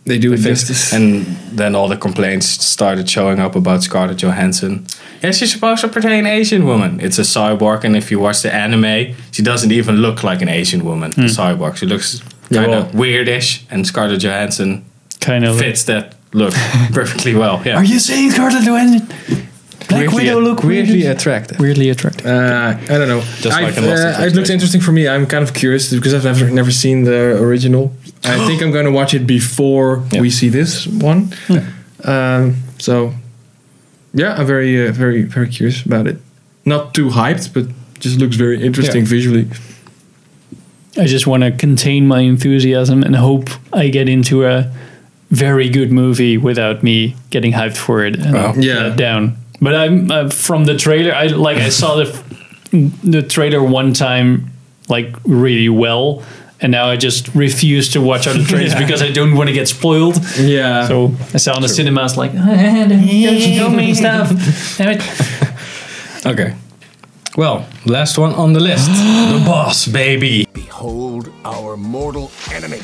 Speaker 4: They do it
Speaker 1: fixed.
Speaker 4: justice.
Speaker 1: And then all the complaints started showing up about Scarlett Johansson. Yeah, she's supposed to portray an Asian woman. It's a cyborg, and if you watch the anime, she doesn't even look like an Asian woman. The cyborg, she looks kind
Speaker 4: well-
Speaker 1: of weirdish, and Scarlett Johansson
Speaker 2: kind of
Speaker 1: fits that look perfectly well. Yeah,
Speaker 2: Are you saying Scarlett Johansson? Black Widow look
Speaker 1: weirdly
Speaker 2: weirdly
Speaker 1: attractive?
Speaker 2: weirdly attractive.
Speaker 4: Uh, I don't know.
Speaker 1: Just like
Speaker 4: I've,
Speaker 1: in Lost in
Speaker 4: uh, it looks
Speaker 1: Translation.
Speaker 4: interesting for me. I'm kind of curious because I've never, never seen the original. I think I'm going to watch it before
Speaker 1: Yeah.
Speaker 4: we see this one. Um, so, yeah, I'm very, uh, very, very curious about it. Not too hyped, but just looks very interesting
Speaker 1: Yeah.
Speaker 4: visually.
Speaker 2: I just want to contain my enthusiasm and hope I get into a very good movie without me getting hyped for it and
Speaker 1: Wow.
Speaker 2: let
Speaker 4: Yeah.
Speaker 2: down. But I'm uh, from the trailer. I like I saw the the trailer one time like really well, and now I just refuse to watch other trailers because I don't want to get spoiled.
Speaker 4: Yeah.
Speaker 2: So I saw in the cinema, I was like, "Ah, don't show me stuff. Damn it.
Speaker 1: Okay. Well, last one on the list. the boss, baby.
Speaker 10: Behold our mortal enemy.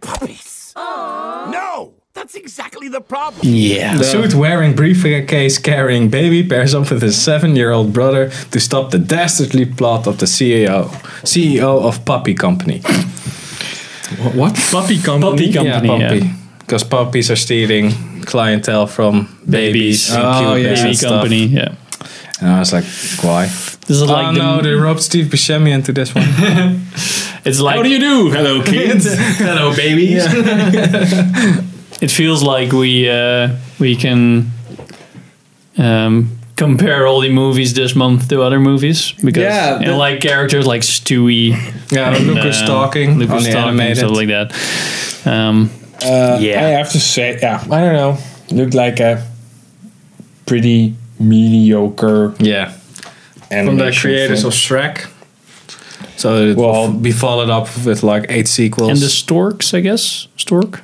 Speaker 10: Puppies. No! That's exactly the problem.
Speaker 1: Yeah. Suit wearing, briefcase carrying baby pairs up with his seven year old brother to stop the dastardly plot of the E CEO, CEO of Puppy Company.
Speaker 4: Wha- What? Puppy company.
Speaker 2: Puppy company. Yeah,
Speaker 1: Puppy. Because puppies are stealing clientele from babies.
Speaker 2: Babies.
Speaker 1: and
Speaker 4: Oh,
Speaker 1: cute
Speaker 4: yeah.
Speaker 1: babies
Speaker 2: Baby
Speaker 1: and stuff.
Speaker 2: company. Yeah.
Speaker 1: And I was like, why?
Speaker 2: This is like
Speaker 1: oh
Speaker 2: the-
Speaker 1: no, they roped Steve Buscemi into this one.
Speaker 2: It's like
Speaker 4: do? Hello, kids. Hello, babies.
Speaker 2: it feels like we uh, we can um, compare all the movies this month to other movies because
Speaker 4: Yeah,
Speaker 2: and
Speaker 4: that-
Speaker 2: like characters like Stewie,
Speaker 1: yeah,
Speaker 2: and,
Speaker 1: Lucas
Speaker 2: uh,
Speaker 1: talking.
Speaker 2: Lucas
Speaker 1: only
Speaker 2: talking,
Speaker 1: animated.
Speaker 2: stuff like that. Um,
Speaker 4: I have to say, Uh, yeah, I don't know. Looked like a pretty mediocre
Speaker 1: Yeah.
Speaker 4: and
Speaker 1: From the creators of Shrek. So it
Speaker 4: Well-
Speaker 1: will be followed up with like eight sequels.
Speaker 2: and the storks, I guess, stork.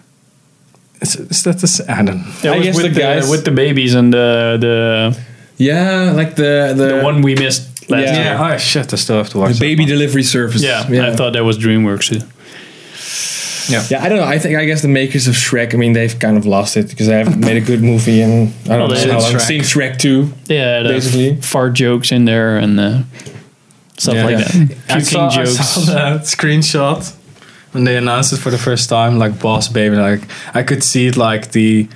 Speaker 1: is, is that the s- I don't know.
Speaker 2: That
Speaker 4: I
Speaker 2: was
Speaker 4: guess
Speaker 2: with
Speaker 4: the guys-
Speaker 2: with the babies and the the,
Speaker 4: yeah, like the the,
Speaker 2: the one we missed last
Speaker 4: yeah.
Speaker 2: year.
Speaker 1: Yeah. Oh shit, I still have to watch.
Speaker 4: the
Speaker 1: that
Speaker 4: baby
Speaker 1: one.
Speaker 4: delivery service.
Speaker 2: Yeah, I thought that was DreamWorks. Too.
Speaker 4: Yeah, I don't know. I think I guess the makers of Shrek. I mean, they've kind of lost it because they haven't made a good movie, and I
Speaker 2: Well,
Speaker 4: don't
Speaker 2: they
Speaker 4: know.
Speaker 2: did
Speaker 4: I've
Speaker 1: Shrek.
Speaker 4: seen Shrek two.
Speaker 2: Yeah, the
Speaker 4: Basically.
Speaker 2: uh, fart jokes in there and uh, stuff
Speaker 1: Yeah.
Speaker 2: like
Speaker 1: Yeah.
Speaker 2: that.
Speaker 1: I saw,
Speaker 2: Puking
Speaker 1: I
Speaker 2: jokes.
Speaker 1: saw that screenshot when they announced it for the first time, like Boss Baby. Like I could see it like the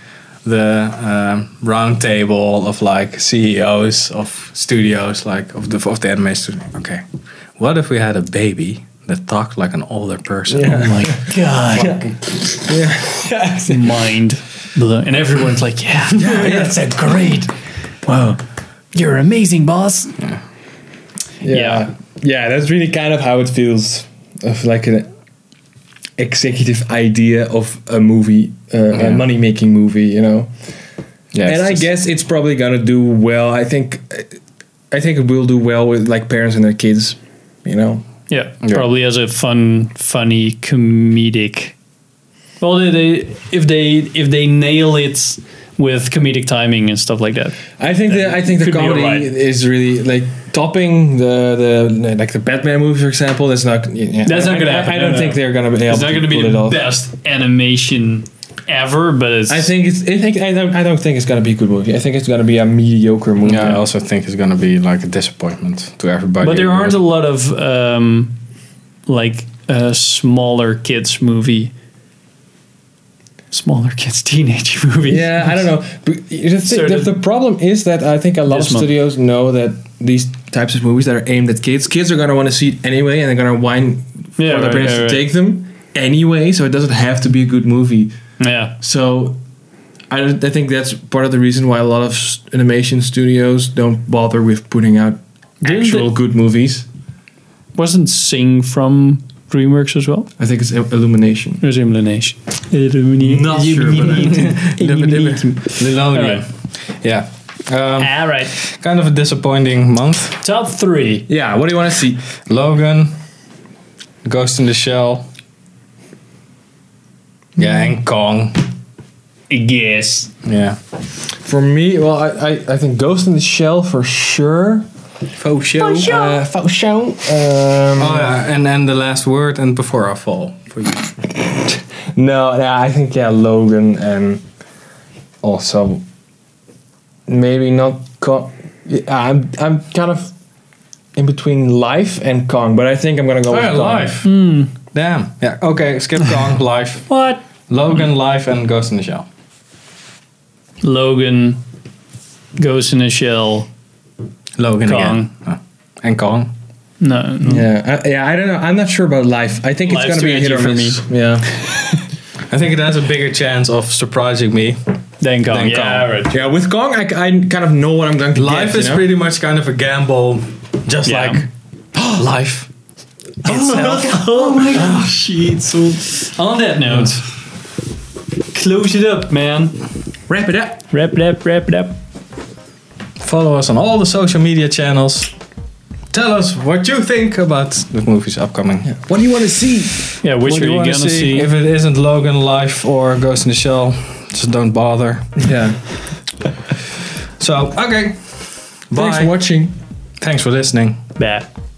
Speaker 1: the um, round table of like CEOs of studios, like of the of the anime studio. Okay, what if we had a baby that talked like an older person?
Speaker 2: Oh my god. Mind blown. And everyone's like, yeah, yeah, that's it. Great. Wow. You're amazing, boss. Yeah.
Speaker 4: yeah, Yeah, That's really kind of how it feels of like an executive idea of a movie, uh, a money making movie. You know.
Speaker 1: Yeah, it's
Speaker 4: and I
Speaker 1: just-
Speaker 4: guess it's probably gonna do well. I think, I think it will do well with like parents and their kids, you know.
Speaker 2: Yeah, Probably as a fun, funny, comedic. Well, they, they if they if they nail it with comedic timing and stuff like that.
Speaker 4: I think the I think the
Speaker 2: Could be
Speaker 4: comedy
Speaker 2: alright.
Speaker 4: is really like topping the the like the Batman movie for example. That's not yeah,
Speaker 2: That's
Speaker 4: I,
Speaker 2: not gonna
Speaker 4: I-
Speaker 2: happen,
Speaker 4: I don't
Speaker 2: no,
Speaker 4: think
Speaker 2: no.
Speaker 4: they're gonna be able
Speaker 2: It's not
Speaker 4: to
Speaker 2: going to be
Speaker 4: pull it
Speaker 2: the
Speaker 4: off.
Speaker 2: best animation ever, but it's
Speaker 4: I think it's I think I don't I don't think it's gonna be a good movie. I think it's gonna be a mediocre movie.
Speaker 1: Yeah, I also think it's gonna be like a disappointment to everybody.
Speaker 2: But there aren't a lot of um, like uh, smaller kids movie, smaller kids teenage movies.
Speaker 4: Yeah, I don't know. But the, thing,
Speaker 2: So
Speaker 4: the,
Speaker 2: the-
Speaker 4: the problem is that I think a lot of
Speaker 2: This month.
Speaker 4: studios know that these types of movies that are aimed at kids, kids are gonna want to see it anyway, and they're gonna whine
Speaker 2: Yeah,
Speaker 4: for their
Speaker 2: right,
Speaker 4: parents
Speaker 2: yeah,
Speaker 4: to
Speaker 2: right.
Speaker 4: take them anyway. So it doesn't have to be a good movie.
Speaker 2: Yeah,
Speaker 4: So I, don't- I think that's part of the reason why a lot of s- animation studios don't bother with putting out
Speaker 2: Didn't
Speaker 4: actual
Speaker 2: they-
Speaker 4: good movies.
Speaker 2: wasn't Sing from DreamWorks as well?
Speaker 4: I think it's Il- Illumination.
Speaker 2: There's Illumination.
Speaker 4: Not sure, but
Speaker 2: All
Speaker 1: Lilonian.
Speaker 2: right.
Speaker 1: Yeah. Um,
Speaker 2: All Ah, right.
Speaker 1: kind of a disappointing month.
Speaker 2: Top three.
Speaker 4: Yeah, what do you want to see?
Speaker 1: Logan, Ghost in the Shell. Yeah, and Kong.
Speaker 2: Yes.
Speaker 1: Yeah.
Speaker 4: For me, well, I, I, I think Ghost in the Shell for sure. Faux show. Uh, faux show. Um,
Speaker 1: Oh yeah, and then the last word and before I fall for you.
Speaker 4: No, no, I think yeah, Logan and also maybe not Kong. Yeah, I'm I'm kind of in between Life and Kong, but I think I'm gonna go with Kong.
Speaker 1: Oh, Damn. Yeah. Okay. Skip Kong. life.
Speaker 2: What?
Speaker 1: Logan. Life and Ghost in the Shell.
Speaker 2: Logan, Ghost in a Shell,
Speaker 1: Logan
Speaker 2: Kong.
Speaker 1: again. Oh. Ah. And Kong.
Speaker 2: No, no.
Speaker 4: Yeah, I, yeah. I don't know. I'm not sure about life. I think
Speaker 2: Life's
Speaker 4: it's gonna
Speaker 2: too
Speaker 4: be a hit or
Speaker 2: edgy for
Speaker 4: miss. Yeah,
Speaker 1: I think it has a bigger chance of surprising me.
Speaker 2: Then Kong.
Speaker 1: Then
Speaker 2: Oh, yeah,
Speaker 1: Kong.
Speaker 2: right.
Speaker 4: yeah. With Kong, I, I kind of know what I'm going to
Speaker 1: Life
Speaker 4: get,
Speaker 1: is
Speaker 4: you know?
Speaker 1: pretty much kind of a gamble, just
Speaker 2: Yeah.
Speaker 1: like life.
Speaker 2: oh my gosh. On that note, close it up, man.
Speaker 4: Wrap it up.
Speaker 2: Wrap, wrap, wrap it up.
Speaker 1: Follow us on all the social media channels. Tell us what you think about the movies upcoming.
Speaker 4: What do you want to see?
Speaker 2: Yeah,
Speaker 1: What
Speaker 2: which are
Speaker 1: do
Speaker 2: you
Speaker 1: wanna
Speaker 2: gonna see?
Speaker 1: If it isn't Logan, Life, or Ghost in the Shell, just don't bother.
Speaker 4: Yeah.
Speaker 1: So, okay. Bye.
Speaker 4: Thanks for watching.
Speaker 1: Thanks for listening.
Speaker 2: Bad.